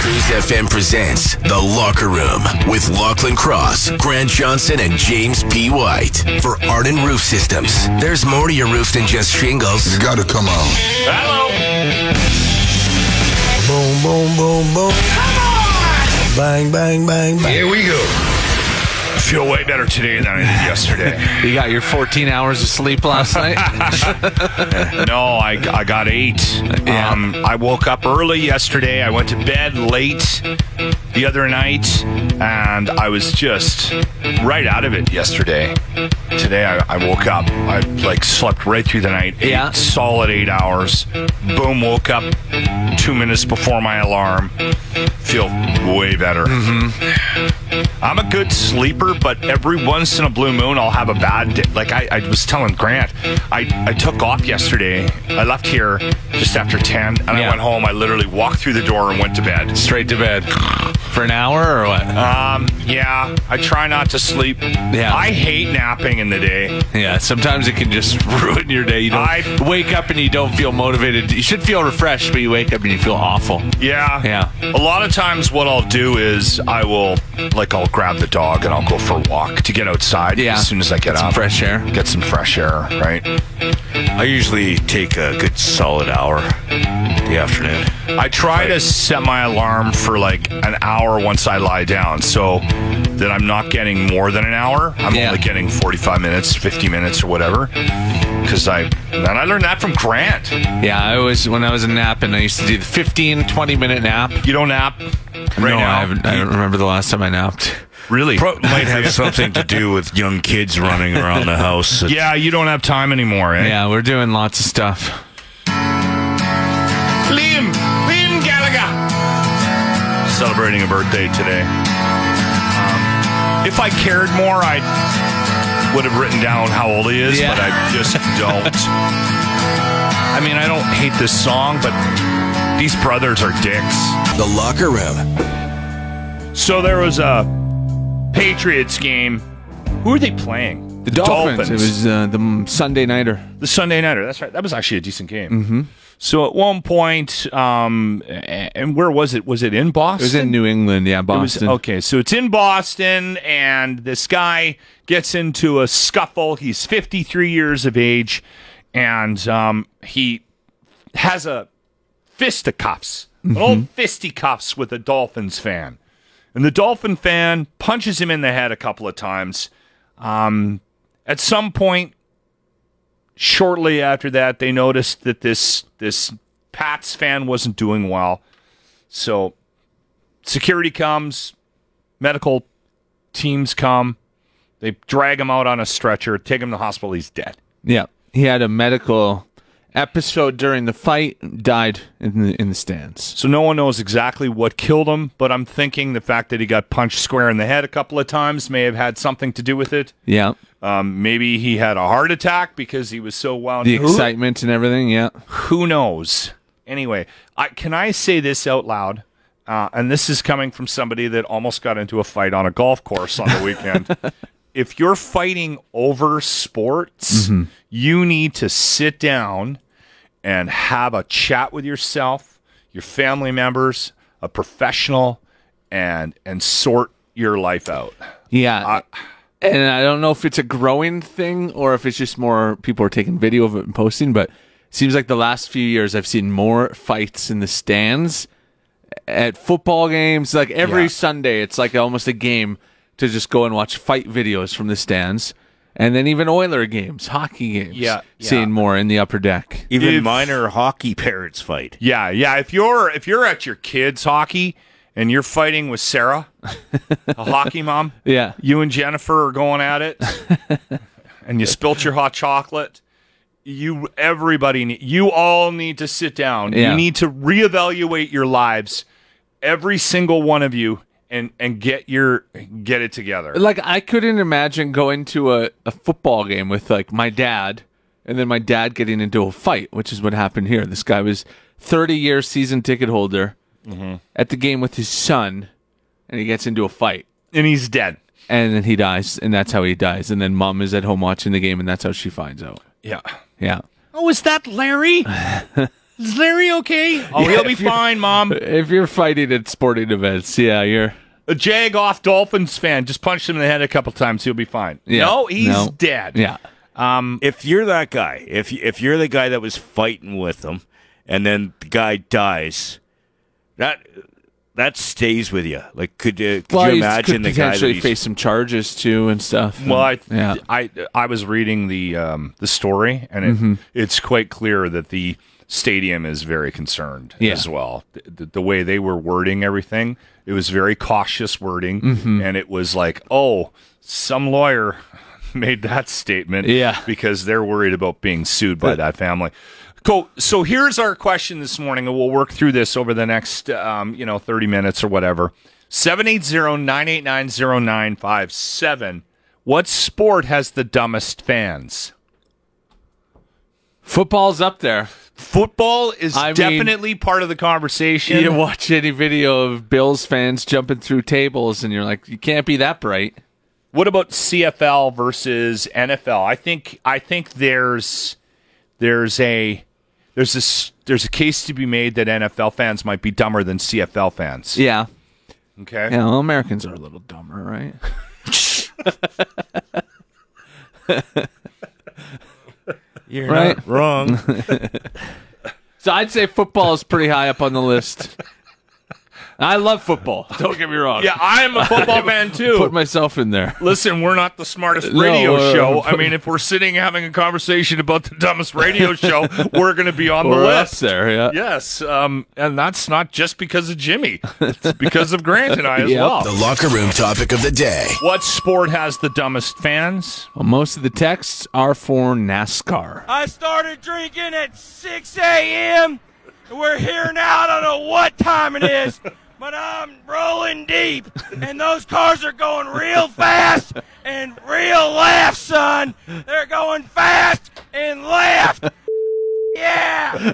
Cruise FM presents The Locker Room with Lachlan Cross, Grant Johnson, and James P. White. For Arden Roof Systems, there's more to your roof than just shingles. You gotta come on. Boom, boom, boom, boom. Bang, bang, bang, bang. Here we go. I feel way better today than I did yesterday. You got your 14 hours of sleep last night. no, I, I got eight. Yeah. Um, I woke up early yesterday. I went to bed late the other night, and I was just right out of it yesterday. Today, I, I woke up. I like slept right through the night. Eight, Yeah. Solid eight hours. Boom, woke up two minutes before my alarm. Feel way better. Mm-hmm. I'm a good sleeper, but every once in a blue moon, I'll have a bad day. Like I, I was telling Grant, I, I took off yesterday. I left here just after 10, and I Yeah. went home. I literally walked through the door and went to bed. Straight to bed for an hour or what? Um, yeah, I try not to sleep. Yeah. I hate napping in the day. Yeah, sometimes it can just ruin your day. You don't I- wake up and you don't feel motivated. You should feel refreshed, but you wake up and you feel awful. Yeah. Yeah. A lot of times, what I'll do is I will, like, I'll grab the dog and I'll go for a walk to get outside Yeah. as soon as I get, Get some up. fresh air. Get some fresh air, right? I usually take a good solid hour the afternoon. I try to set my alarm for like an hour once I lie down so that I'm not getting more than an hour. I'm Yeah. only getting 45 minutes, 50 minutes, or whatever. Because I, and I learned that from Grant. Yeah, I always, when I was napping, I used to do the 15, 20 minute nap. You don't nap right no, now. I, haven't, I don't remember the last time I napped. Really? Pro- might have something to do with young kids running around the house. yeah, you don't have time anymore, eh? Yeah, we're doing lots of stuff. Liam, Liam Gallagher, celebrating a birthday today. Um, if I cared more, I would have written down how old he is, Yeah. but I just don't. I mean, I don't hate this song, but these brothers are dicks. The Locker Room. So there was a Patriots game. Who are they playing? The Dolphins. It was uh, the mm, Sunday nighter. the Sunday nighter. That's right. That was actually a decent game. Mm-hmm. So at one point, um, a- and where was it? Was it in It Boston? was in New England, yeah, It was- Boston. okay, so it's in Boston, and this guy gets into a scuffle. He's 53 years of age, and um, he has a fisticuffs, an old fisticuffs with a Dolphins fan. And the Dolphin fan punches him in the head a couple of times. Um, at some point, shortly after that, they noticed that this this Pats fan wasn't doing well. So security comes, medical teams come, they drag him out on a stretcher, take him to the hospital, he's dead. Yeah, he had a medical episode during the fight, died in the in the stands. So no one knows exactly what killed him, but I'm thinking the fact that he got punched square in the head a couple of times may have had something to do with it. Yeah, Um, maybe he had a heart attack because he was so wound the Who- excitement and everything. Yeah, Who knows? Anyway, I, can I say this out loud? Uh, and this is coming from somebody that almost got into a fight on a golf course on the weekend. if you're fighting over sports, you need to sit down and have a chat with yourself, your family members, a professional, and and sort your life out. yeah. and I don't know if it's a growing thing or if it's just more people are taking video of it and posting. But it seems like the last few years I've seen more fights in the stands at football games. Like every Yeah. Sunday, it's like almost a game to just go and watch fight videos from the stands. And then even Oiler games, hockey games. Yeah, yeah. Seeing more in the upper deck. Even If- minor hockey parents fight. Yeah, yeah. If you're if you're at your kids' hockey and you're fighting with Sarah, a hockey mom, Yeah. you and Jennifer are going at it, and you spilt your hot chocolate. You, everybody, ne- you all need to sit down. Yeah. You need to reevaluate your lives every single one of you and and get your get it together. Like I couldn't imagine going to a, a football game with like my dad and then my dad getting into a fight, which is what happened here. This guy was 30 year season ticket holder at the game with his son and he gets into a fight And he's dead. and then he dies and that's how he dies and then mom is at home watching the game and that's how she finds out. Yeah. Yeah. Oh, is that Larry? is Larry okay? Oh, he'll be fine, Mom. If you're fighting at sporting events, yeah, you're A Jagoff Dolphins fan just punched him in the head a couple times. He'll be fine. Yeah. No, he's No. dead. yeah. Um, if you're that guy, if if you're the guy that was fighting with them, and then the guy dies, that that stays with you. Like, could, uh, could you he's- imagine could the guy that potentially he's- face some charges too and stuff. Well, I, yeah. Mm-hmm. I I was reading the um, the story, and it, it's quite clear that the stadium is very concerned Yeah. as well. The, the way they were wording everything, it was very cautious wording, Mm-hmm. and it was like, oh, some lawyer made that statement, Yeah. because they're worried about being sued by that family. Cool. So here's our question this morning, and we'll work through this over the next, um, you know, 30 minutes or whatever. 780-989-0957. What sport has the dumbest fans? Football's up there. Football is I mean- definitely part of the conversation. You watch any video of Bills fans jumping through tables, and you're like, you can't be that bright. What about CFL versus NFL? I think I think there's there's a there's this there's a case to be made that NFL fans might be dumber than CFL fans. Yeah. Okay. Yeah, well, Americans are a little dumber, right? You're Right. not wrong. So I'd say football is pretty high up on the list. I love football. Don't get me wrong. Yeah, I'm a football fan too. Put myself in there. Listen, we're not the smartest No, radio uh, show. I mean, if we're sitting having a conversation about the dumbest radio show, we're going to be on the We're up list. there. Yeah. Yes, um, and that's not just because of Jimmy. It's because of Grant and I as Yep. well. The locker room topic of the day. What sport has the dumbest fans? Well, most of the texts are for NASCAR. I started drinking at 6 a.m. We're here now. I don't know what time it is, but I'm rolling deep, and those cars are going real fast and real left, son. They're going fast and left. Yeah.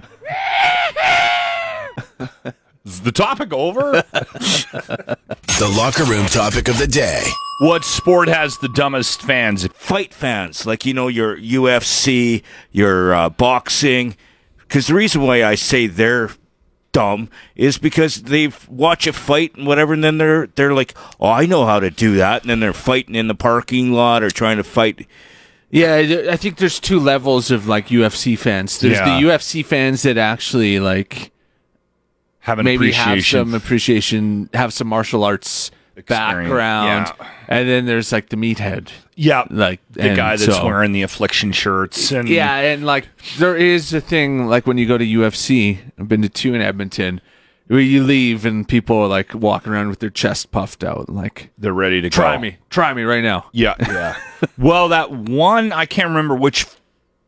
Is the topic over? The locker room topic of the day. what sport has the dumbest fans? Fight fans, like you know your UFC, your uh, boxing, because the reason why I say they're dumb is because they watch a fight and whatever, and then they're they're like, oh, I know how to do that, and then they're fighting in the parking lot or trying to fight. Yeah, th- I think there's two levels of like UFC fans. There's Yeah. the UFC fans that actually like Have an maybe have appreciation. some appreciation, have some martial arts Experience, background, yeah. and then there's like the meathead, yeah, like the and guy that's so- wearing the affliction shirts and Yeah, and like there is a thing like when you go to UFC. I've been to two in Edmonton. Where you leave and people are like walking around with their chest puffed out, like they're ready to try go. me, try me right now. Yeah, yeah. well, that one I can't remember which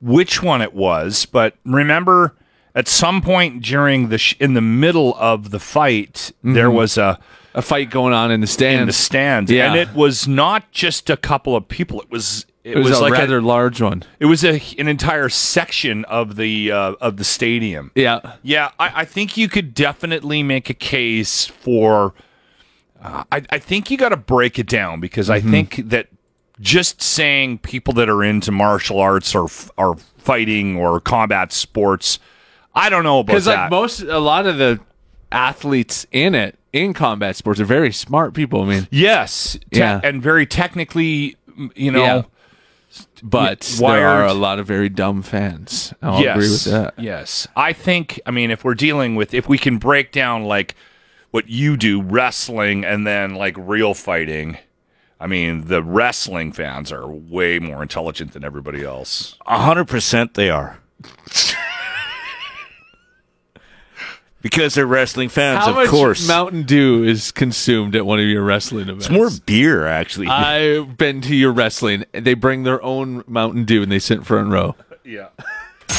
which one it was, but remember at some point during the sh- in the middle of the fight, there was a A fight going on in the stands. in the stands, Mm-hmm. Yeah. and it was not just a couple of people. It was it, it was, a like a- rather large one. it was a, an entire section of the uh, of the stadium. Yeah, Yeah, I, I think you could definitely make a case for. Uh, I, I think you got to break it down because Mm-hmm. I think that just saying people that are into martial arts or f- or fighting or combat sports, I don't know about because that. like most a lot of the athletes in it in combat sports are very smart people i mean yes, te- Yeah. and very technically, m- you know. Yeah. but Wired. there are a lot of very dumb fans i'll yes, agree with that Yes, I think. I mean, if we're dealing with, if we can break down like what you do, wrestling, and then like real fighting. I mean, the wrestling fans are way more intelligent than everybody else. A hundred percent, they are. because they're wrestling fans, how of much course. mountain dew is consumed at one of your wrestling events it's more beer, actually. Uh, i've been to your wrestling they bring their own mountain dew and they sit in front row Yeah.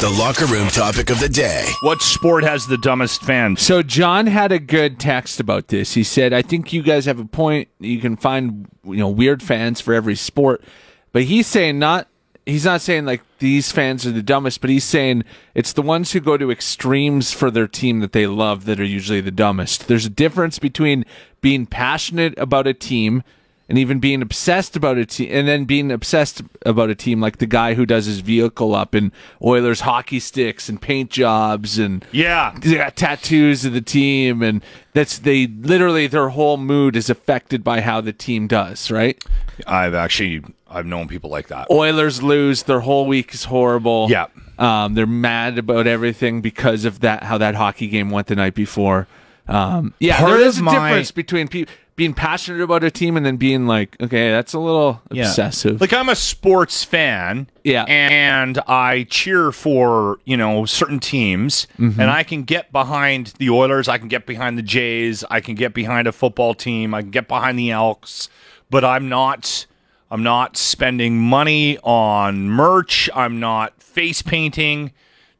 The locker room topic of the day. What sport has the dumbest fans? So John had a good text about this. He said, "I think you guys have a point. You can find you know weird fans for every sport, but he's saying not. He's not saying like these fans are the dumbest, but he's saying it's the ones who go to extremes for their team that they love that are usually the dumbest. There's a difference between being passionate about a team." And even being obsessed about a team, and then being obsessed about a team like the guy who does his vehicle up in Oilers hockey sticks and paint jobs and Yeah. they got tattoos of the team and that's they literally their whole mood is affected by how the team does right I've actually I've known people like that. oilers lose their whole week is horrible Yeah. um, they're mad about everything because of that how that hockey game went the night before um, yeah Part there is a of my- difference between pe- being passionate about a team and then being like okay that's a little obsessive Like I'm a sports fan, Yeah. and I cheer for you know certain teams, Mm-hmm. and I can get behind the Oilers, I can get behind the Jays, I can get behind a football team, I can get behind the Elks, but I'm not. I'm not spending money on merch. I'm not face painting.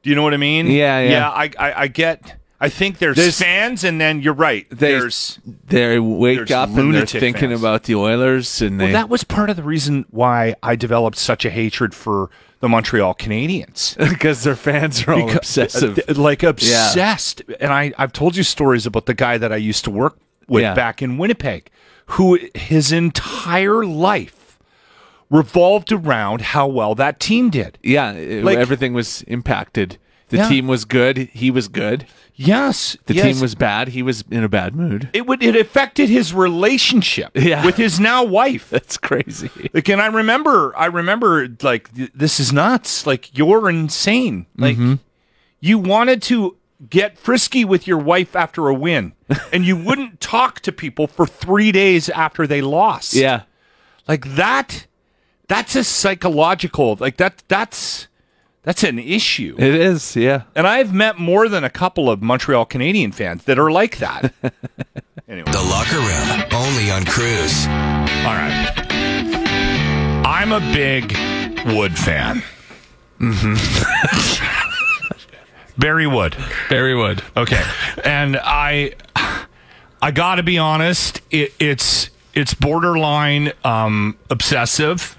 Do you know what I mean? Yeah, yeah. yeah. I, I, I get. I think there's, There's- fans, and then you're right. they, there's they wake there's up and they're lunatic thinking fans. about the Oilers and they Well, that was part of the reason why I developed such a hatred for the Montreal Canadiens. because their fans are all Because- obsessive. uh, th- like obsessed. And I, I've told you stories about the guy that I used to work with Yeah. back in Winnipeg, who his entire life revolved around how well that team did. Yeah, it- Like- everything was impacted. The Yeah. team was good. He was good. Yes, The yes. team was bad. He was in a bad mood. It would. It affected his relationship Yeah. with his now wife. That's crazy. Like, and I remember, I remember, like, th- this is nuts. Like, you're insane. Like, Mm-hmm. you wanted to get frisky with your wife after a win, and you wouldn't talk to people for three days after they lost. Yeah. like that. That's a psychological. Like that. That's that's an issue. It is. Yeah. And I've met more than a couple of Montreal Canadian fans that are like that. The locker room, only on Cruise. All right. I'm a big Wood fan. Mm-hmm. Barry Wood. Barry Wood. Okay. And I I got to be honest, it, it's it's borderline um obsessive,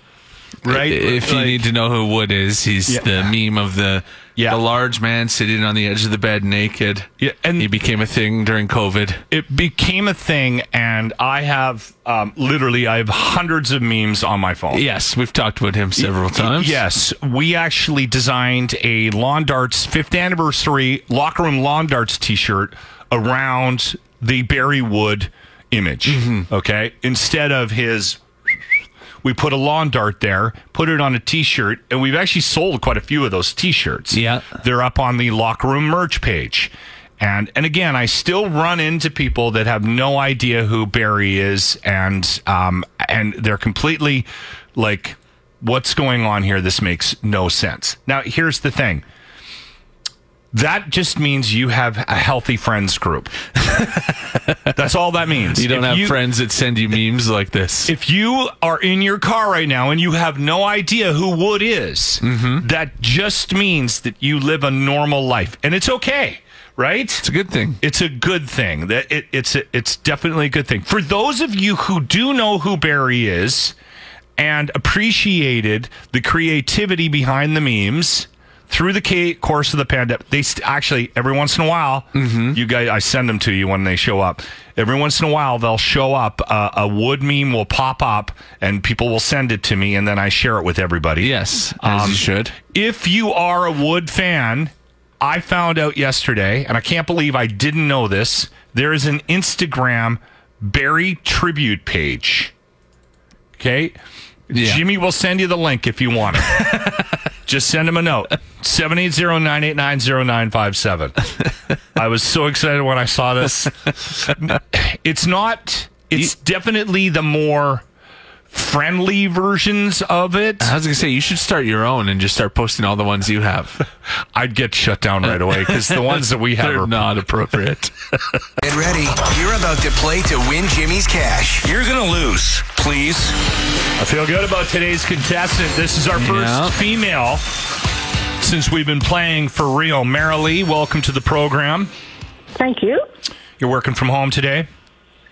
right? If you Like- need to know who Wood is, he's the meme of the Yeah. the large man sitting on the edge of the bed naked. Yeah, and- he became a thing during COVID. it became a thing and I have um literally I have hundreds of memes on my phone. Yes, we've talked about him several times. Yes, we actually designed a lawn darts fifth anniversary locker room lawn darts T-shirt around the Barry Wood image. Mm-hmm. Okay, instead of his, we put a lawn dart there, put it on a T-shirt, and we've actually sold quite a few of those T-shirts. Yeah. they're up on the locker room merch page. And, and again, I still run into people that have no idea who Barry is, and um, and they're completely like what's going on here? This makes no sense. Now, here's the thing. That just means you have a healthy friends group. That's all that means. You don't If have friends that send you memes like this. If you are in your car right now and you have no idea who Wood is, that just means that you live a normal life, and it's okay, right? it's a good thing. it's a good thing that it, it's a, it's definitely a good thing for those of you who do know who Barry is and appreciated the creativity behind the memes through the ca- course of the pandemic they st- actually every once in a while you guys i send them to you when they show up every once in a while they'll show up uh, a wood meme will pop up and people will send it to me and then i share it with everybody Yes, as Um, you should. if you are a Wood fan, I found out yesterday, and I can't believe I didn't know this. There is an Instagram Barry tribute page. Okay. Yeah. Jimmy will send you the link if you want it. Just send him a note 780 989 0957. I was so excited when I saw this. It's not, it's definitely the more friendly versions of it. I was gonna say you should start your own and just start posting all the ones you have. I'd get shut down right away because the ones that we have They're are not appropriate. Get ready. You're about to play to win Jimmy's cash. You're gonna lose, please. I feel good about today's contestant. This is our first Yeah. female since we've been playing for real. Marilee, welcome to the program. Thank you. You're working from home today.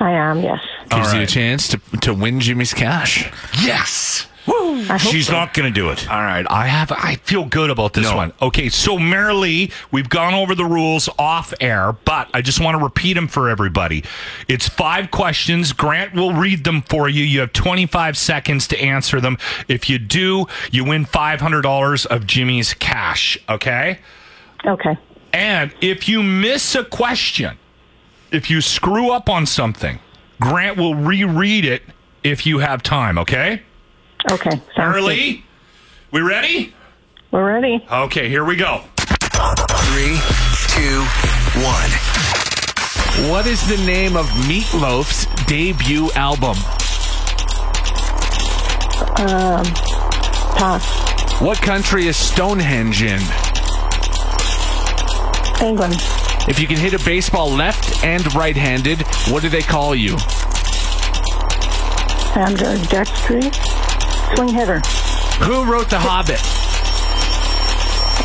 I am, yes. Gives you a right. chance to, to win Jimmy's cash. Yes. I hope She's so. not going to do it. All right, I have. I feel good about this No. one. Okay, so Marilee, we've gone over the rules off air, but I just want to repeat them for everybody. It's five questions. Grant will read them for you. You have 25 seconds to answer them. If you do, you win $500 of Jimmy's cash. Okay. Okay. And if you miss a question, if you screw up on something, Grant will reread it if you have time. Okay. Okay. Sounds good. Marilee, we ready? We're ready. Okay, here we go. Three, two, one. What is the name of Meatloaf's debut album? Pass. What country is Stonehenge in? England. If you can hit a baseball left and right handed, what do they call you? And uh, Jack Street. Swing hitter. Who wrote The Hobbit?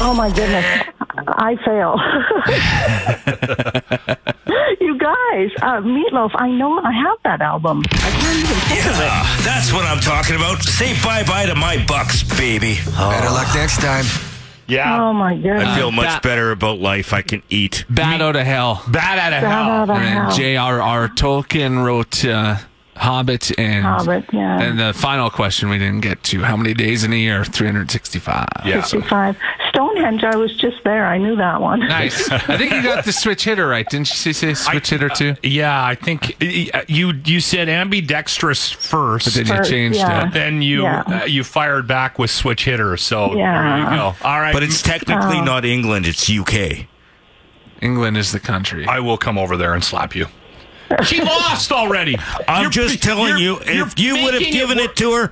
Oh my goodness. I fail. you guys, uh, Meatloaf, I know I have that album. I can't even think of it. That's what I'm talking about. Say bye bye to my bucks, baby. Oh. Better luck next time. Yeah. Oh my I goodness. feel much that- better about life. I can eat. Battle to Hell. Bad out of That hell. out of And hell. J.R.R. Tolkien wrote uh, Hobbit and. Hobbit, yeah. And the final question we didn't get to: How many days in a year? 365. Yeah. 65. Stonehenge, I was just there. I knew that one. Nice. I think you got the switch hitter right, didn't you? Say switch hitter too. Yeah, I think uh, you you said ambidextrous first. Then you First, changed yeah. it. then you Yeah. uh, you fired back with switch hitter. So there Yeah. you go. All right, But it's technically not England, it's UK. England is the country. I will come over there and slap you. She lost already. I'm You're- just telling you're- you, if you're you would have making given wor- it, to her,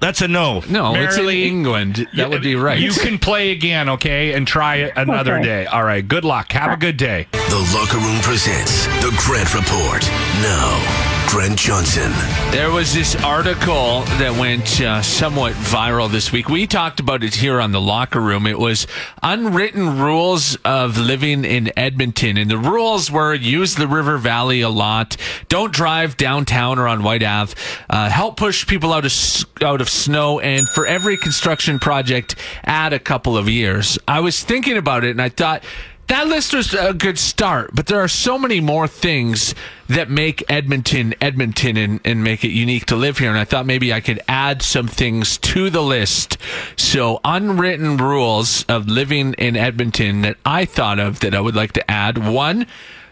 that's a no. no, it's in Marilyn, England. That would be right. You can play again, okay, and try it another Okay. day. All right. Good luck. Have a good day. The Locker Room presents The Grant Report. Now, Grant Johnson. There was this article that went uh, somewhat viral this week. We talked about it here on the locker room. It was unwritten rules of living in Edmonton. And the rules were use the river valley a lot. Don't drive downtown or on White Ave. Uh, help push people out of, s- out of snow. And for every construction project, add a couple of years. I was thinking about it and I thought, that list was a good start, but there are so many more things that make Edmonton Edmonton and, and make it unique to live here. And I thought maybe I could add some things to the list. So, unwritten rules of living in Edmonton that I thought of that I would like to add. One,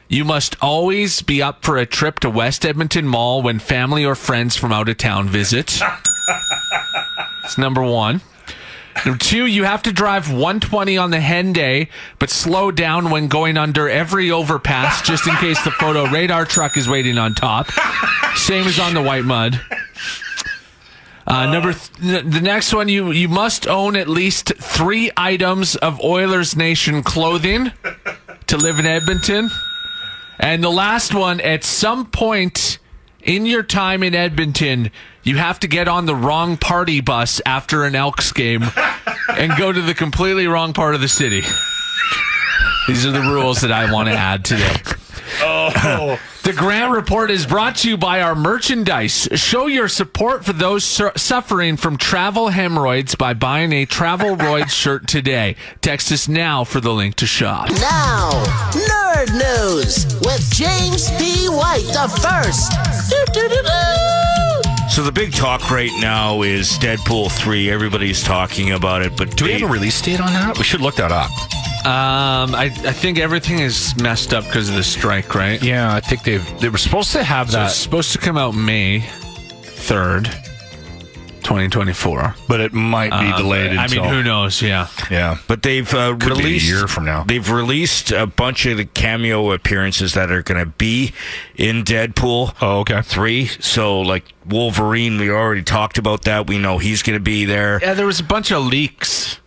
you must always be up for a trip to West Edmonton Mall when family or friends from out of town visit. That's number one. Number two, you have to drive 120 on the Henday, but slow down when going under every overpass just in case the photo radar truck is waiting on top. Same as on the white mud. Uh, number th- the next one, you you must own at least three items of Oilers Nation clothing to live in Edmonton. And the last one, at some point in your time in Edmonton, you have to get on the wrong party bus after an Elks game and go to the completely wrong part of the city. These are the rules that I want to add today. The Grant Report is brought to you by our merchandise. Show your support for those sur- suffering from travel hemorrhoids by buying a Travelroids shirt today. Text us now for the link to shop. Now, Nerd News with James P. White, the first. Doo-doo-doo-doo. So the big talk right now is Deadpool 3. Everybody's talking about it, but Do we they- have a release date on that? We should look that up. Um, I, I think everything is messed up because of the strike, right? Yeah, I think they they were supposed to have So it's supposed to come out May 3rd, 2024. but it might be Ah, Uh, delayed. I until, mean, who knows? Yeah. Yeah. But they've uh, Could be a released year from now. They've released a bunch of the cameo appearances that are going to be in Deadpool. Oh, okay. Three. So like Wolverine, we already talked about that. We know he's going to be there. Yeah, there was a bunch of leaks,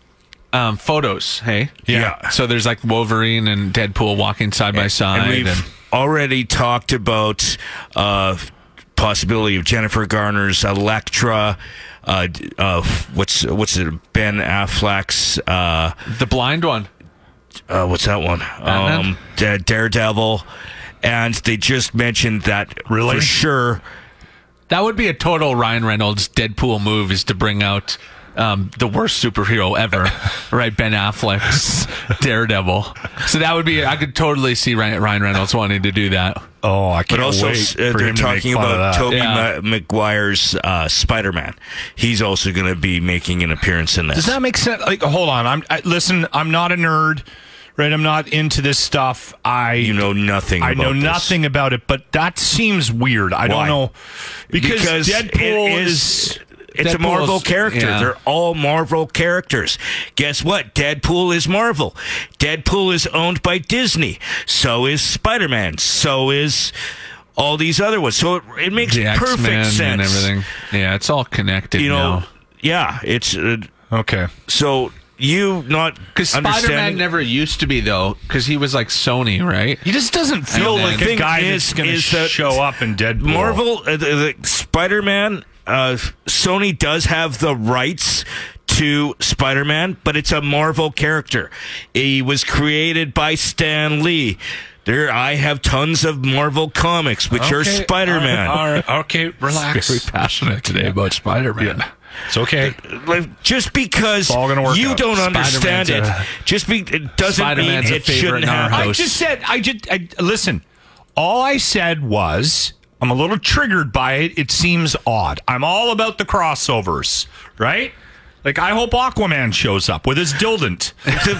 um, photos, hey? Yeah. So there's like Wolverine and Deadpool walking side by side. and we've and- already talked about uh, possibility of Jennifer Garner's Electra. Uh, d- uh, what's what's it? Ben Affleck's. Uh, The blind one. uh, what's that one? Batman? Um, Da- Daredevil, and they just mentioned that Really? for sure. That would be a total Ryan Reynolds Deadpool move is to bring out um, the worst superhero ever, right? Ben Affleck's Daredevil. So that would be, I could totally see Ryan Ryan Reynolds wanting to do that. Oh, I can't But also, wait s- for uh, they're him to make talking fun about of that. Tobey Yeah. Ma- Maguire's uh, Spider-Man. He's also going to be making an appearance in this. Does that make sense? Like, hold on. I'm I, listen. I'm not a nerd, right? I'm not into this stuff. I you know nothing. I about know this. nothing about it, but that seems weird. I Why? don't know because, because Deadpool it is. it's Deadpool a Marvel is- character. yeah. They're all Marvel characters. Guess what? Deadpool is Marvel. Deadpool is owned by Disney. So is Spider-Man. So is all these other ones. So it, it makes The X perfect Men sense. and everything. Yeah, it's all connected You know. now. Yeah. It's uh, Okay. so you not Because Spider Man understanding- never used to be though, because he was like Sony, right? He just doesn't feel then- like a Thing guy is- that's going to is that show up in Deadpool. Marvel, uh, the, the Spider-Man, uh, Sony does have the rights to Spider-Man, but it's a Marvel character. He was created by Stan Lee. There, I have tons of Marvel comics, which are Spider-Man. okay, relax. Very passionate today about Spider Man. It's okay. Like, just because It's all gonna work you out. don't understand it, Spider-Man's a- just be it doesn't Spider-Man's a mean it favorite shouldn't in our happen. house. I just said. I just I, listen. All I said was I'm a little triggered by it. It seems odd. I'm all about the crossovers, right? Like I hope Aquaman shows up with his dildent.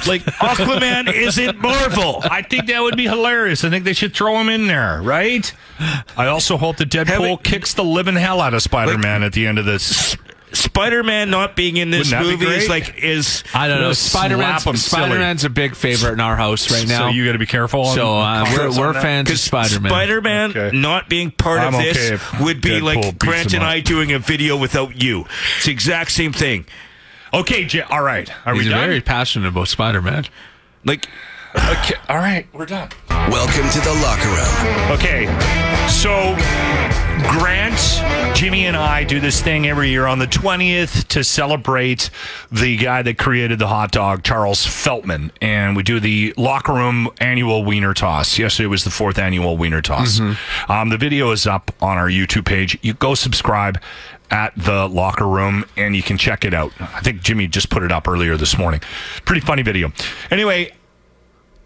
like Aquaman isn't Marvel. I think that would be hilarious. I think they should throw him in there, right? I also hope that Deadpool it- kicks the living hell out of Spider-Man at the end of this. Spider-Man not being in this Wouldn't that be movie is great? like is I don't know. We'll Spider Man's slap 'em silly. Spider Man's a big favorite in our house right so now. you got to be careful. on- So, uh, comments we're, on we're that. fans of Because Spider Man. Spider-Man Okay. not being part I'm of this okay if would be Deadpool like beats Grant him and up. I doing a video without you. It's the exact same thing. Okay, J- all right. Are He's we done? very passionate about Spider Man. Like okay, all right, we're done. Welcome to the locker room. Okay, so Grant, Jimmy, and I do this thing every year on the 20th to celebrate the guy that created the hot dog, Charles Feltman. And we do the locker room annual wiener toss. Yesterday was the fourth annual wiener toss. Um, the video is up on our YouTube page. You go subscribe at the locker room and you can check it out. I think Jimmy just put it up earlier this morning. Pretty funny video. Anyway,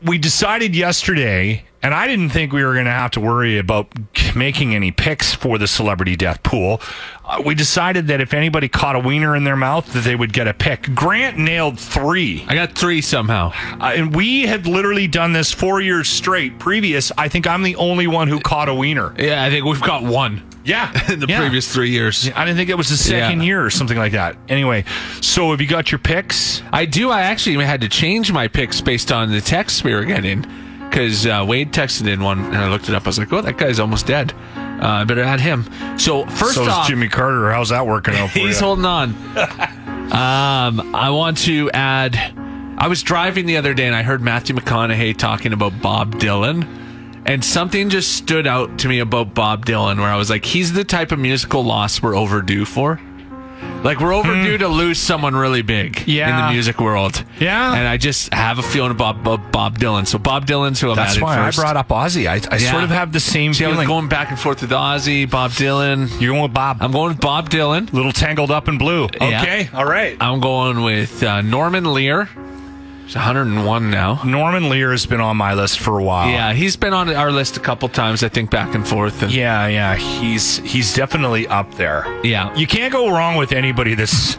we decided yesterday, and I didn't think we were going to have to worry about making any picks for the celebrity death pool. Uh, we decided that if anybody caught a wiener in their mouth, that they would get a pick. Grant nailed three, I got three somehow. uh, and we had literally done this four years straight. Previous, I think I'm the only one who caught a wiener. Yeah, I think we've got one Yeah, in the yeah. previous three years. I didn't think it was the second Yeah. year or something like that. Anyway, so have you got your picks? I do. I actually had to change my picks based on the text we were getting because uh, Wade texted in one and I looked it up. I was like, oh, that guy's almost dead. Uh, I better add him. So, first so off, is Jimmy Carter. How's that working out for He's you? holding on. um, I want to add. I was driving the other day and I heard Matthew McConaughey talking about Bob Dylan, and something just stood out to me about Bob Dylan, where I was like, he's the type of musical loss we're overdue for. Like we're overdue to lose someone really big in Hmm. Yeah. the music world. Yeah. and I just have a feeling about Bob, Bob Dylan. So Bob Dylan's who I'm That's adding why first. I brought up Ozzy. I, I Yeah. sort of have the same See, I was feeling. going back and forth with Ozzy, Bob Dylan. You're going with Bob. I'm going with Bob Dylan. little tangled up in blue. Yeah. Okay, all right. I'm going with uh, Norman Lear. He's 101 now. Norman Lear has been on my list for a while. Yeah, he's been on our list a couple times, I think, back and forth. And yeah, yeah. He's he's definitely up there. Yeah. you can't go wrong with anybody. This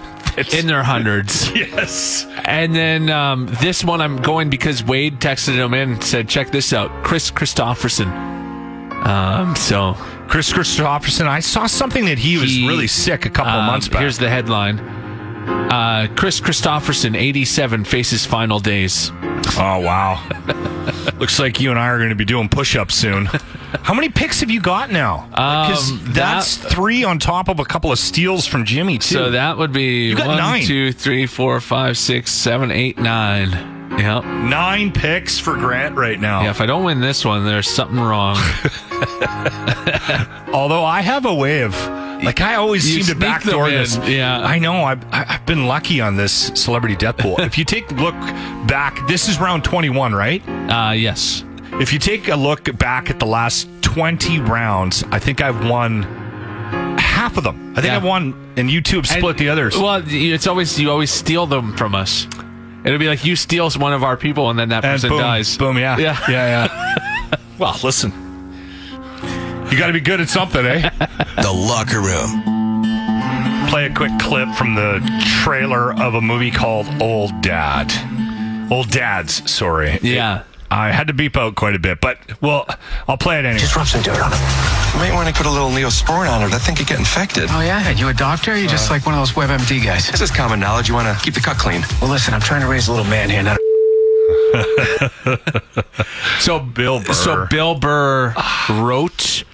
In their hundreds. yes, and then um, this one I'm going because Wade texted him in and said, check this out Chris Christopherson. Um, so Chris Christopherson. I saw something that he was He- really sick a couple um, months back. here's the headline uh, Chris Christopherson, 87, faces final days. oh wow, looks like you and I are going to be doing push-ups soon. How many picks have you got now? Because Um, that- that's three on top of a couple of steals from Jimmy too. So that would be got one, nine. two, three, four, five, six, seven, eight, nine. Yeah. Nine picks for Grant right now. Yeah, if I don't win this one, there's something wrong. Although I have a way of, like, I always You seem to sneak backdoor them in, this. yeah. I know. I've, I- I've been lucky on this celebrity death pool. if you take a look back, this is round 21, right? Uh, yes. If you take a look back at the last 20 rounds, I think I've won half of them. I think Yeah. I've won, and you two have split And- the others. Well, y- it's always you always steal them from us. It'll be like you steal one of our people and then that and person boom, dies. boom, yeah, Yeah. yeah, yeah. well, listen, you got to be good at something, eh? The Locker Room. play a quick clip from the trailer of a movie called Old Dad. Old Dads, sorry. Yeah. I had to beep out quite a bit, but well, I'll play it anyway. rub some dirt on it. Might want to put a little neosporin on it. I think it get infected. Uh, Oh yeah, you a doctor? Or you just like one of those WebMD guys? This is common knowledge. You want to keep the cut clean. Well, listen, I'm trying to raise a little man here. Not So Bill Burr. So Bill Burr wrote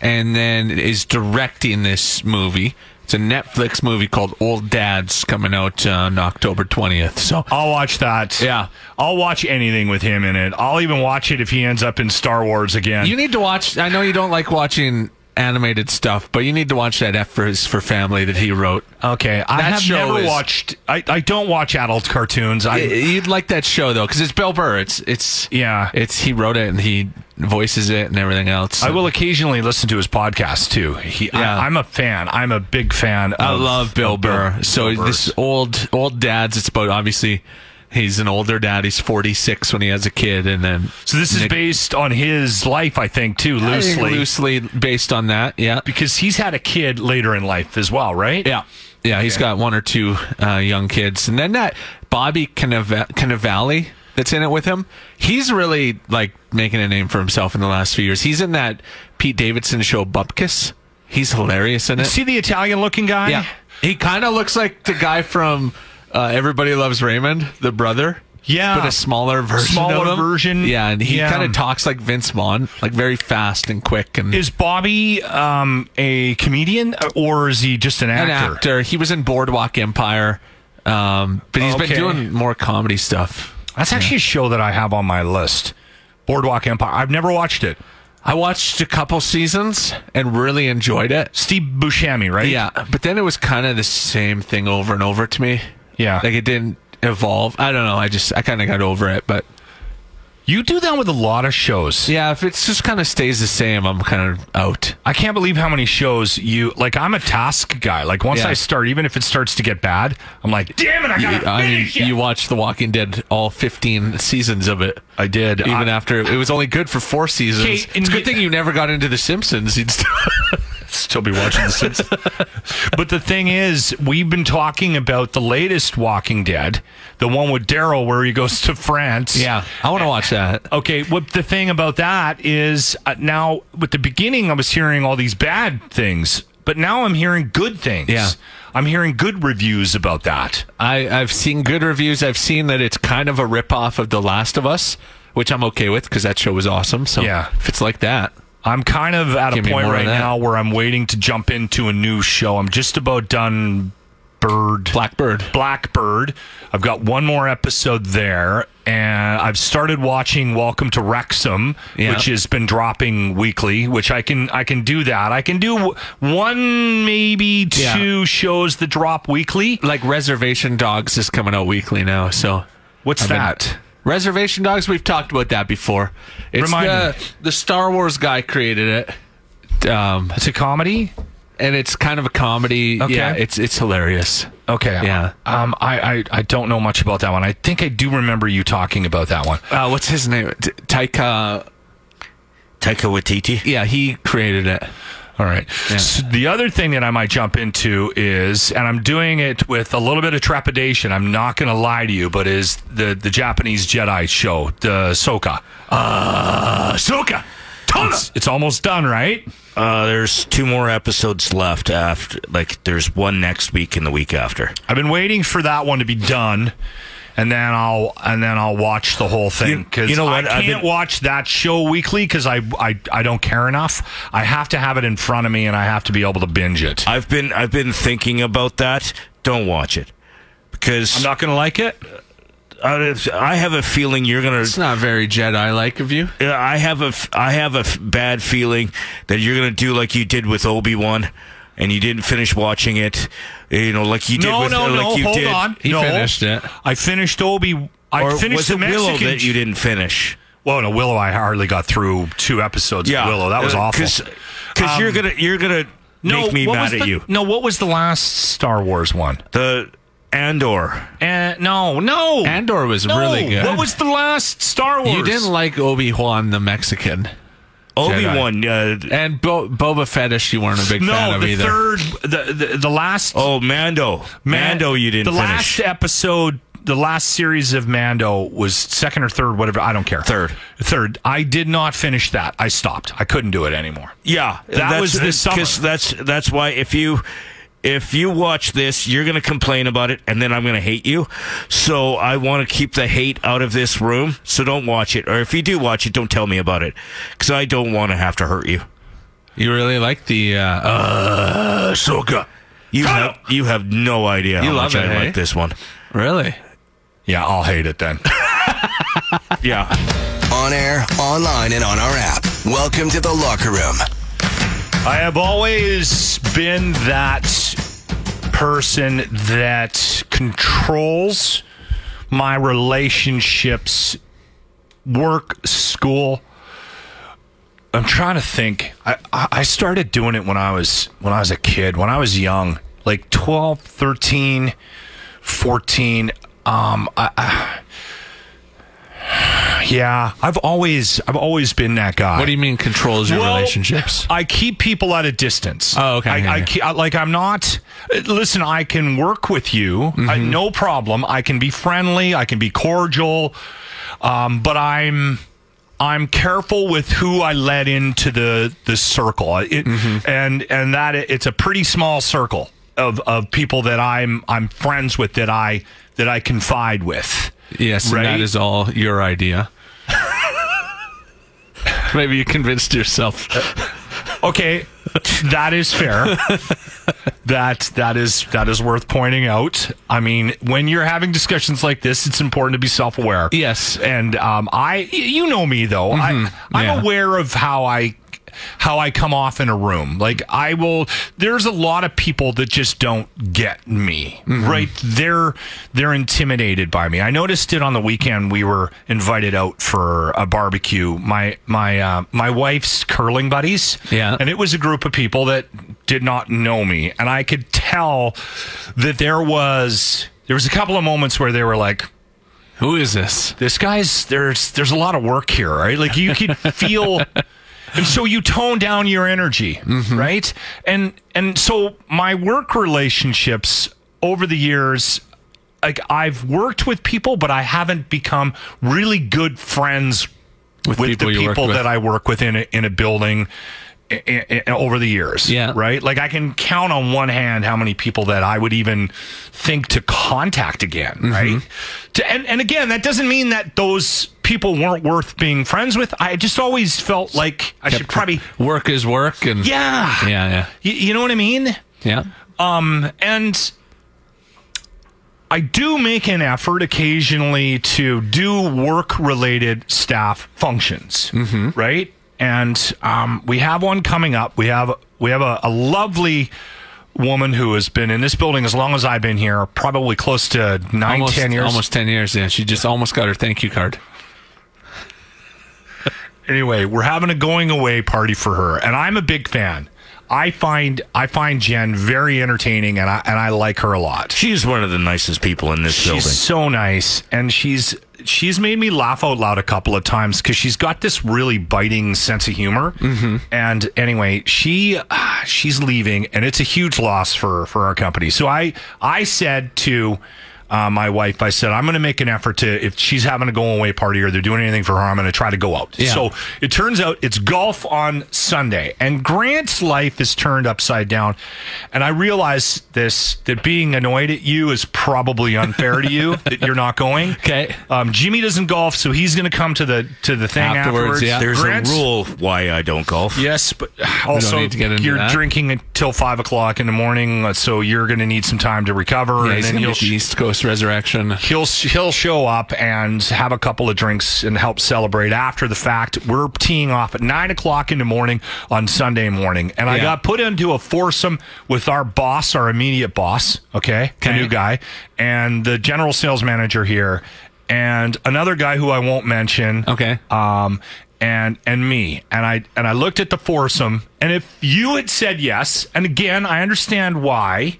and then is directing this movie. It's a Netflix movie called Old Dads coming out uh, on October 20th. So I'll watch that. Yeah. I'll watch anything with him in it. I'll even watch it if he ends up in Star Wars again. you need to watch I know you don't like watching animated stuff, but you need to watch that F for, is for Family that he wrote. okay, I That have show never is- watched. I, I don't watch adult cartoons. I Y- You'd like that show though, because it's Bill Burr. It's it's Yeah. It's he wrote it and he voices it and everything else. I will occasionally listen to his podcast too. He, Yeah. I, am a fan. I'm a big fan. I of- love Bill of Bill- Burr. so Bill this Burr's. old old dad's. It's about obviously he's an older dad. He's forty six when he has a kid, and then So this is Nick- based on his life, I think, too, I think loosely. loosely based on that. Yeah, Because he's had a kid later in life as well, right? yeah, yeah. He's got one or two uh, young kids, and then that Bobby Cannava- Cannavale that's in it with him. He's really like making a name for himself in the last few years. He's in that Pete Davidson show Bupkis. He's hilarious in it. See the Italian looking guy? Yeah. He kind of looks like the guy from uh, Everybody Loves Raymond, the brother. Yeah. But a smaller version. Smaller of him. version. Yeah, and he Yeah. kind of talks like Vince Vaughn, like very fast and quick and Is Bobby um, a comedian or is he just an an actor? actor. He was in Boardwalk Empire, um, but he's Okay. been doing more comedy stuff. That's actually a show that I have on my list Boardwalk Empire. I've never watched it. I watched a couple seasons and really enjoyed it. Steve Buscemi, right? Yeah, but then it was kind of the same thing over and over to me. Yeah. Like it didn't evolve. I don't know. I just, I kind of got over it, but You do that with a lot of shows. Yeah, if it's just kind of stays the same, I'm kind of out. I can't believe how many shows you like. I'm a task guy. Like once Yeah. I start, even if it starts to get bad, I'm like, damn it, I gotta I mean, finish it. you watched The Walking Dead all 15 seasons of it. I did. Even I- after it was only good for four seasons. Okay, and it's a good you- thing you never got into The Simpsons. You'd still- still be watching The Simpsons. but the thing is, we've been talking about the latest Walking Dead, the one with Daryl where he goes to France. I want to watch that. Okay, what the thing about that is uh, now with the beginning, I was hearing all these bad things, but now I'm hearing good things. Yeah. I'm hearing good reviews about that. I, I've seen good reviews. I've seen that it's kind of a ripoff of The Last of Us, which I'm okay with because that show was awesome. So Yeah. if it's like that, I'm kind of at Give a me point more of right that. now where I'm waiting to jump into a new show. I'm just about done Bird Blackbird. Blackbird. I've got one more episode there and I've started watching Welcome to Wrexham, Yeah. which has been dropping weekly, which I can I can do that. I can do w- one maybe two Yeah. shows that drop weekly. Like Reservation Dogs is coming out weekly now. So What's I've been- that? Reservation Dogs, we've talked about that before. It's Remind the, the Star Wars guy created it. Um, It's a comedy? and it's kind of a comedy. Okay. Yeah, it's it's hilarious. Okay. Yeah. Um I, I I don't know much about that one. I think I do remember you talking about that one. Uh, what's his name? T- Taika. Taika Waititi. Yeah, he created it. All right. So the other thing that I might jump into is, and I'm doing it with a little bit of trepidation. I'm not going to lie to you, but is the the Japanese Jedi show, the Soka, uh, Soka, It's, it's almost done, right? Uh, there's two more episodes left after. Like, there's one next week and the week after. I've been waiting for that one to be done. And then I'll and then I'll watch the whole thing You- because you know what? I I've can't been- watch that show weekly because I, I I don't care enough. I have to have it in front of me and I have to be able to binge it. I've been I've been thinking about that. Don't watch it I'm because not gonna like it. I I have a feeling you're gonna. It's not very Jedi like of you. Yeah, I have a f- I have a f- bad feeling that you're gonna do like you did with Obi Wan, and you didn't finish watching it. You know, like you did. No, with, no, uh, like no. You Hold did. on. He no. finished it. I finished Obi. I Or finished was the it Mexican. Willow that you didn't finish? well, no, Willow. I hardly got through two episodes of Willow. That was awful. Because you're gonna you're gonna uh, no, make me what was mad at the- you. No, what was the last Star Wars one? The Andor. Uh, no, no. Andor was no. really good. What was the last Star Wars? You didn't like Obi Wan the Mexican, Obi Wan. Uh, and Bo- Boba Fettish. You weren't a big fan No, of the either. third, the, the the last oh, Mando. Man- Mando, you didn't The finish. last episode, the last series of Mando was second or third, whatever. I don't care. Third. third. I did not finish that. I stopped. I couldn't do it anymore. Yeah, that's- was this that's- 'cause summer. That's that's why if you if you watch this, you're going to complain about it, and then I'm going to hate you. So I want to keep the hate out of this room. So don't watch it, or if you do watch it, don't tell me about it, because I don't want to have to hurt you. You really like the uh, uh Ahsoka. You have, you have no idea how You love much it, I eh? like this one. Really? Yeah, I'll hate it then. Yeah. On air, online, and on our app. Welcome to the locker room. I have always been that person that controls my relationships, work, school. I'm trying to think. I, I I started doing it when I was when I was a kid, when I was young, like 12, 13, 14. Um, I, I, yeah, I've always I've always been that guy. What do you mean controls your Well, relationships? I keep people at a distance. Oh, okay. I, Yeah, I yeah. ke- I- like I'm not. uh, Listen, I can work with you. I, Mm-hmm. no problem. I can be friendly. I can be cordial. Um, but I'm. I'm careful with who I let into the the circle, it, Mm-hmm. and and that it- it's a pretty small circle of, of people that I'm I'm friends with that I that I confide with. Yes, and Right? that is all your idea. Maybe you convinced yourself. Okay, that is fair. that that is that is worth pointing out. I mean, when you're having discussions like this, it's important to be self-aware. Yes. and um, I, y- you know me though. I, I'm Mm-hmm. yeah. aware of how I how I come off in a room. Like I will. There's a lot of people that just don't get me. Mm-hmm. Right? They're they're intimidated by me. I noticed it on the weekend. We were invited out for a barbecue. My my uh, my wife's curling buddies. Yeah. and it was a group of people that did not know me, and I could tell that there was there was a couple of moments where they were like Who is this? this guy's there's there's a lot of work here, right? Like you could feel and so you tone down your energy, Mm-hmm. right? And and so my work relationships over the years like I've worked with people but I haven't become really good friends with, people the you work people with. that I work with in a, in a building i- i- i- over the years. Yeah. Right? Like I can count on one hand how many people that I would even think to contact again. Right. To, and, and again, that doesn't mean that those people weren't worth being friends with. I just always felt like I should probably. Work is work, and Yeah. Y- yeah, yeah, you know what I mean? yeah. Um, and I do make an effort occasionally to do work related staff functions, Mm-hmm. right? And um, we have one coming up. We have we have a, a lovely woman who has been in this building as long as I've been here, probably close to nine, Almost ten years. Almost ten years. Yeah, she just almost got her thank you card. anyway, we're having a going away party for her, and I'm a big fan. I find I find Jen very entertaining, and I and I like her a lot. She's one of the nicest people in this She's building. so nice, and she's she's made me laugh out loud a couple of times because she's got this really biting sense of humor. Mm-hmm. And anyway, she ah, she's leaving, and it's a huge loss for for our company. So I I said to. Uh, my wife, I said, I'm going to make an effort to, if she's having a going away party or they're doing anything for her, I'm going to try to go out. Yeah. So it turns out it's golf on Sunday, and Grant's life is turned upside down. And I realize this that being annoyed at you is probably unfair to you that you're not going. Okay. Um, Jimmy doesn't golf, so he's going to come to the to the thing afterwards. Afterwards, yeah. There's Grant's- a Oh, rule why I don't golf. Yes, but also need to get into you're that. drinking until five o'clock in the morning, uh, so you're going to need some time to recover, Yeah, and he's then gonna you'll be at the East Coast Christmas resurrection. He'll he'll show up and have a couple of drinks and help celebrate after the fact. We're teeing off at nine o'clock in the morning on Sunday morning, and I Yeah. got put into a foursome with our boss, our immediate boss, okay, the new guy, and the general sales manager here, and another guy who I won't mention, Okay. um, and and me, and I and I looked at the foursome, and if you had said yes, and again, I understand why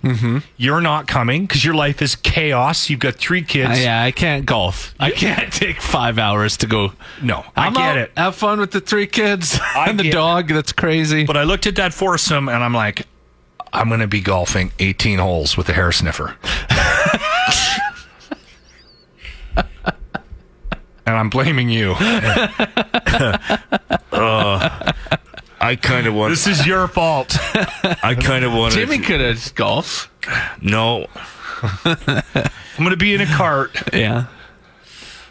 you're not coming because your life is chaos. You've got three kids. Uh, yeah, I can't golf. I can't take five hours to go. No, I I'm get out. it. Have fun with the three kids and the get- dog. That's crazy. But I looked at that foursome, and I'm like, I'm going to be golfing 18 holes with a hair sniffer. and I'm blaming you. I kind of want. This is your fault. I kind of want. Jimmy could have golf. No, I'm going to be in a cart Yeah,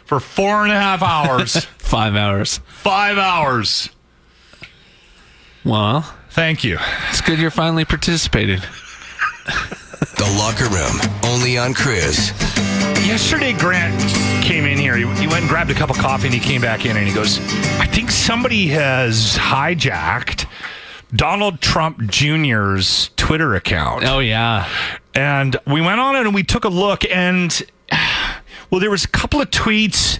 for four and a half hours, five hours. five hours. Well, Thank you. it's good you're finally participating. The Locker Room, only on Cruise. Yesterday, Grant came in here. He, he went and grabbed a cup of coffee and he came back in and he goes, I think somebody has hijacked Donald Trump Jr.'s Twitter account. Oh yeah, And we went on it and we took a look and well, there was a couple of tweets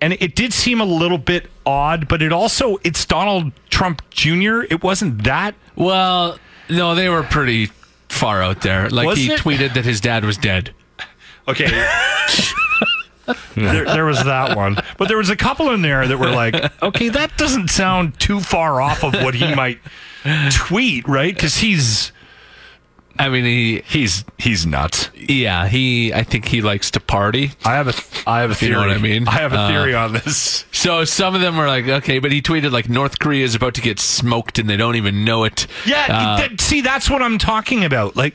and it did seem a little bit odd, but it also it's Donald Trump Jr. It wasn't that Well, no, they were pretty far out there. Like Was he it? tweeted that his dad was dead. Okay. there, there was that one, but there was a couple in there that were like, okay, that doesn't sound too far off of what he might tweet, right? Because he's I mean, he he's he's nuts. yeah, he I think he likes to party. I have a I have a You theory. know what I mean? I have a Uh, theory on this. So some of them were like, okay, but he tweeted like North Korea is about to get smoked and they don't even know it. Yeah, Uh, that, see, that's what I'm talking about. Like,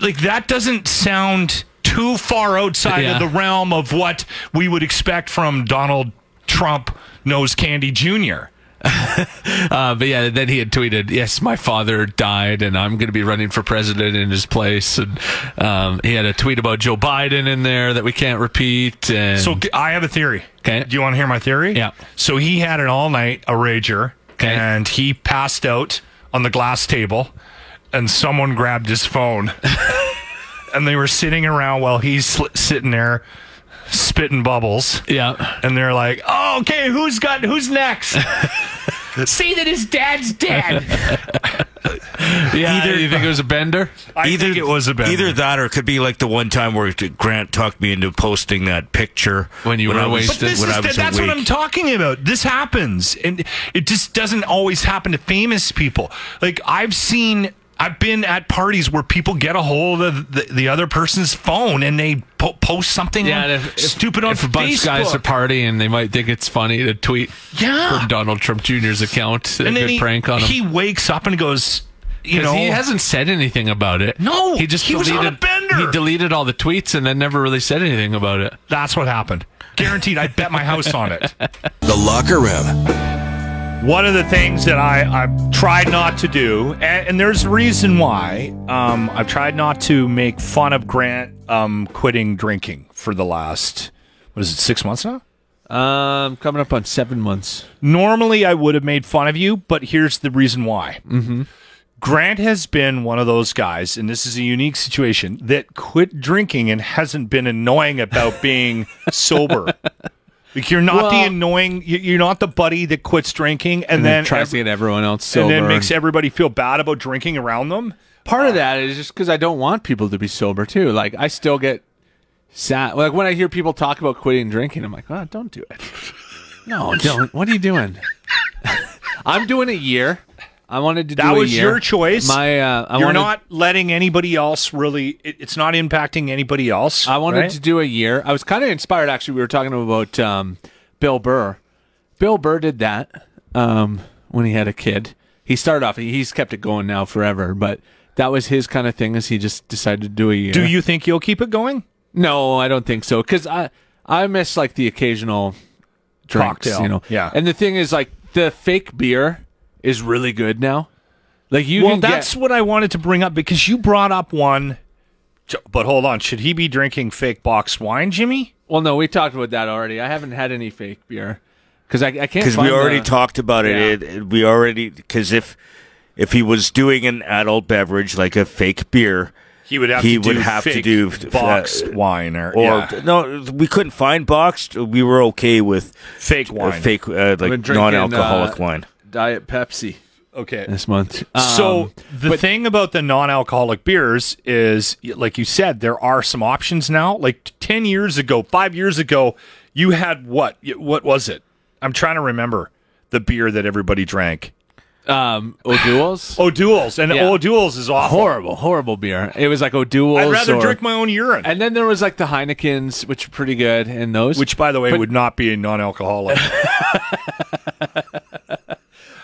like that doesn't sound too far outside Yeah. of the realm of what we would expect from Donald Trump Nose Candy Jr. uh, but yeah, then he had tweeted, yes, my father died and I'm going to be running for president in his place. And um, he had a tweet about Joe Biden in there that we can't repeat. And So g- I have a theory. 'Kay. Do you want to hear my theory? Yeah. So he had an all night, a rager, 'Kay. and he passed out on the glass table, and someone grabbed his phone. and they were sitting around while he's sl- sitting there spitting bubbles. yeah, And they're like, oh, okay, who's got, who's next? See that his dad's dead. yeah. you think it was a bender? I either think it was a bad Either that, or it could be like the one time where Grant talked me into posting that picture When you were I was- But wasted. this when is I was that's what awake. I'm talking about. This happens, and it just doesn't always happen to famous people. Like I've seen, I've been at parties where people get a hold of the, the other person's phone and they po- post something on- and if- if- stupid on if a bunch of Facebook. guys are partying, they might think it's funny to tweet Yeah. from Donald Trump Jr.'s account a and then good he, prank on him. he wakes up and goes, you 'Cause know, he hasn't said anything about it. No, he just he was deleted, on a bender. He deleted all the tweets and then never really said anything about it. that's what happened. Guaranteed, I bet my house on it. The Locker Room. one of the things that I, I've tried not to do, and, and there's a reason why, um, I've tried not to make fun of Grant um, quitting drinking for the last, what is it, six months now? Um, coming up on seven months. Normally, I would have made fun of you, but here's the reason why. Mm-hmm. Grant has been one of those guys, and this is a unique situation, that quit drinking and hasn't been annoying about being sober. Like you're not the Well- annoying, you- you're not the buddy that quits drinking and, And then then tries every- to get everyone else sober. and then makes everybody feel bad about drinking around them. Part of that is just because I don't want people to be sober too. Like I still get sad. Like when I hear people talk about quitting drinking, I'm like, oh, don't do it. No, don't. What are you doing? I'm doing a year. I wanted to. That do a was year. your choice. My, uh, I You're wanted- not letting anybody else really. It, it's not impacting anybody else. I wanted right? to do a year. I was kind of inspired. Actually, we were talking about um, Bill Burr. Bill Burr did that um, when he had a kid. He started off. He's kept it going now forever, but that was his kind of thing. Is he just decided to do a year? Do you think you'll keep it going? No, I don't think so. Because I I miss like the occasional drinks, Cocktail, you know. yeah. And the thing is, like the fake beer is really good now. Like you well, can that's get what I wanted to bring up because you brought up one J- But hold on, should he be drinking fake box wine, Jimmy? Well, no, we talked about that already. I haven't had any fake beer because I, I can't. because we find already the- talked about it. Yeah. It- it- We already because if if he was doing an adult beverage like a fake beer, He would have he to would do have to fake do f- boxed uh, wine or, or yeah. no, we couldn't find boxed. We were okay with fake uh, wine. fake uh, I've been like drinking, non-alcoholic uh, wine. Diet Pepsi Okay. Um, this month. So Um, the thing about the non-alcoholic beers is, y- like you said, there are some options now. Like t- ten years ago, five years ago, you had what? Y- What was it? I'm trying to remember the beer that everybody drank. um, O'Doul's O'Doul's and Yeah. O'Doul's is awful. horrible, horrible beer. It was like O'Doul's. I'd rather or- drink my own urine, And then there was like the Heinekens, which are pretty good, and those. which, by the way, would not be a non-alcoholic.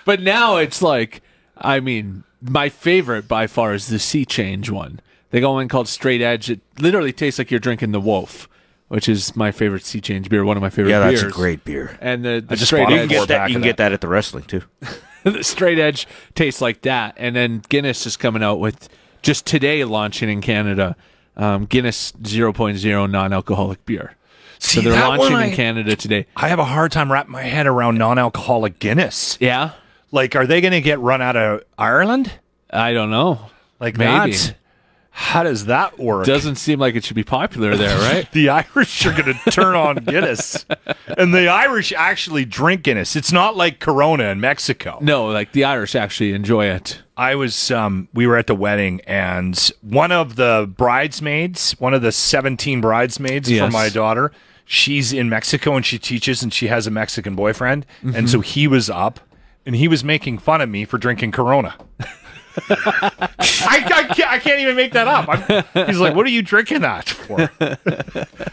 but now it's like, I mean, my favorite by far is the Sea Change one. They got one called Straight Edge. It literally tastes like you're drinking the Wolf, which is my favorite Sea Change beer. One of my favorite. Yeah, that's beers. a great beer. And the, the just Straight bought You it. can Edge, four get that. pack You of can that. get that at the wrestling too. the Straight Edge tastes like that. And then Guinness is coming out with just today launching in Canada. Um, Guinness 0.0 non-alcoholic beer. See, so they're that one launching in I- Canada today. I have a hard time wrapping my head around non-alcoholic Guinness. Yeah, Like, are they going to get run out of Ireland? I don't know. Like, Maybe. that's- how does that work? Doesn't seem like it should be popular there, right? the Irish are going to turn on Guinness. and the Irish actually drink Guinness. It's not like Corona in Mexico. No, like the Irish actually enjoy it. I was, um, we were at the wedding, and one of the bridesmaids, one of the 17 bridesmaids for Yes. my daughter, she's in Mexico and she teaches and she has a Mexican boyfriend. And so he was up and he was making fun of me for drinking Corona. I, I, can't, I can't even make that up. I'm, he's like, "What are you drinking that for?"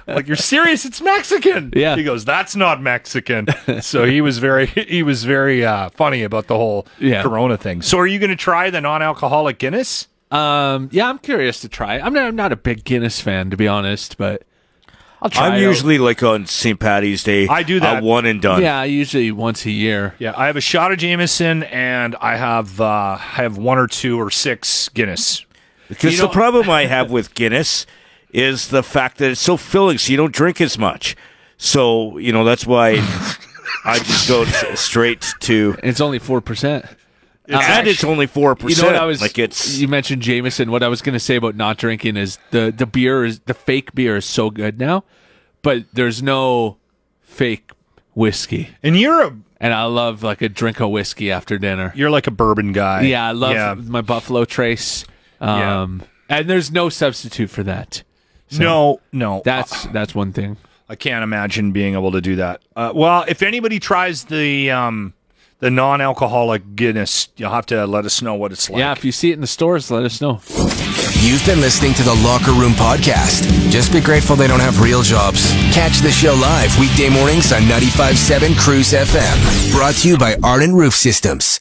I'm like, "You're serious? It's Mexican." Yeah. He goes, "That's not Mexican." So he was very he was very uh, funny about the whole Yeah. Corona thing. So are you going to try the non-alcoholic Guinness? Um, yeah, I'm curious to try. it. I'm not, I'm not a big Guinness fan to be honest, but I'll try. I'm it out. usually like on St. Patty's Day. I do a that. one and done. yeah, usually once a year. Yeah, I have a shot of Jameson and I have uh, I have one or two or six Guinness. Because the problem I have with Guinness is the fact that it's so filling, so you don't drink as much. So you know that's why I just go s- straight to. It's only four percent. Uh, and it's only four You know percent. what I was? like it's you mentioned Jameson. What I was going to say about not drinking is the the beer is the fake beer is so good now, but there's no fake whiskey, And you're a and I love like a drink of whiskey after dinner. you're like a bourbon guy. Yeah, I love Yeah. my Buffalo Trace. Um, and there's no substitute for that. No, no. That's that's one thing. I can't imagine being able to do that. Uh, well, if anybody tries the um, the non-alcoholic Guinness, you'll have to let us know what it's like. yeah, if you see it in the stores, let us know. You've been listening to the Locker Room Podcast. Just be grateful they don't have real jobs. Catch the show live weekday mornings on 95.7 Cruise FM. Brought to you by Arden Roof Systems.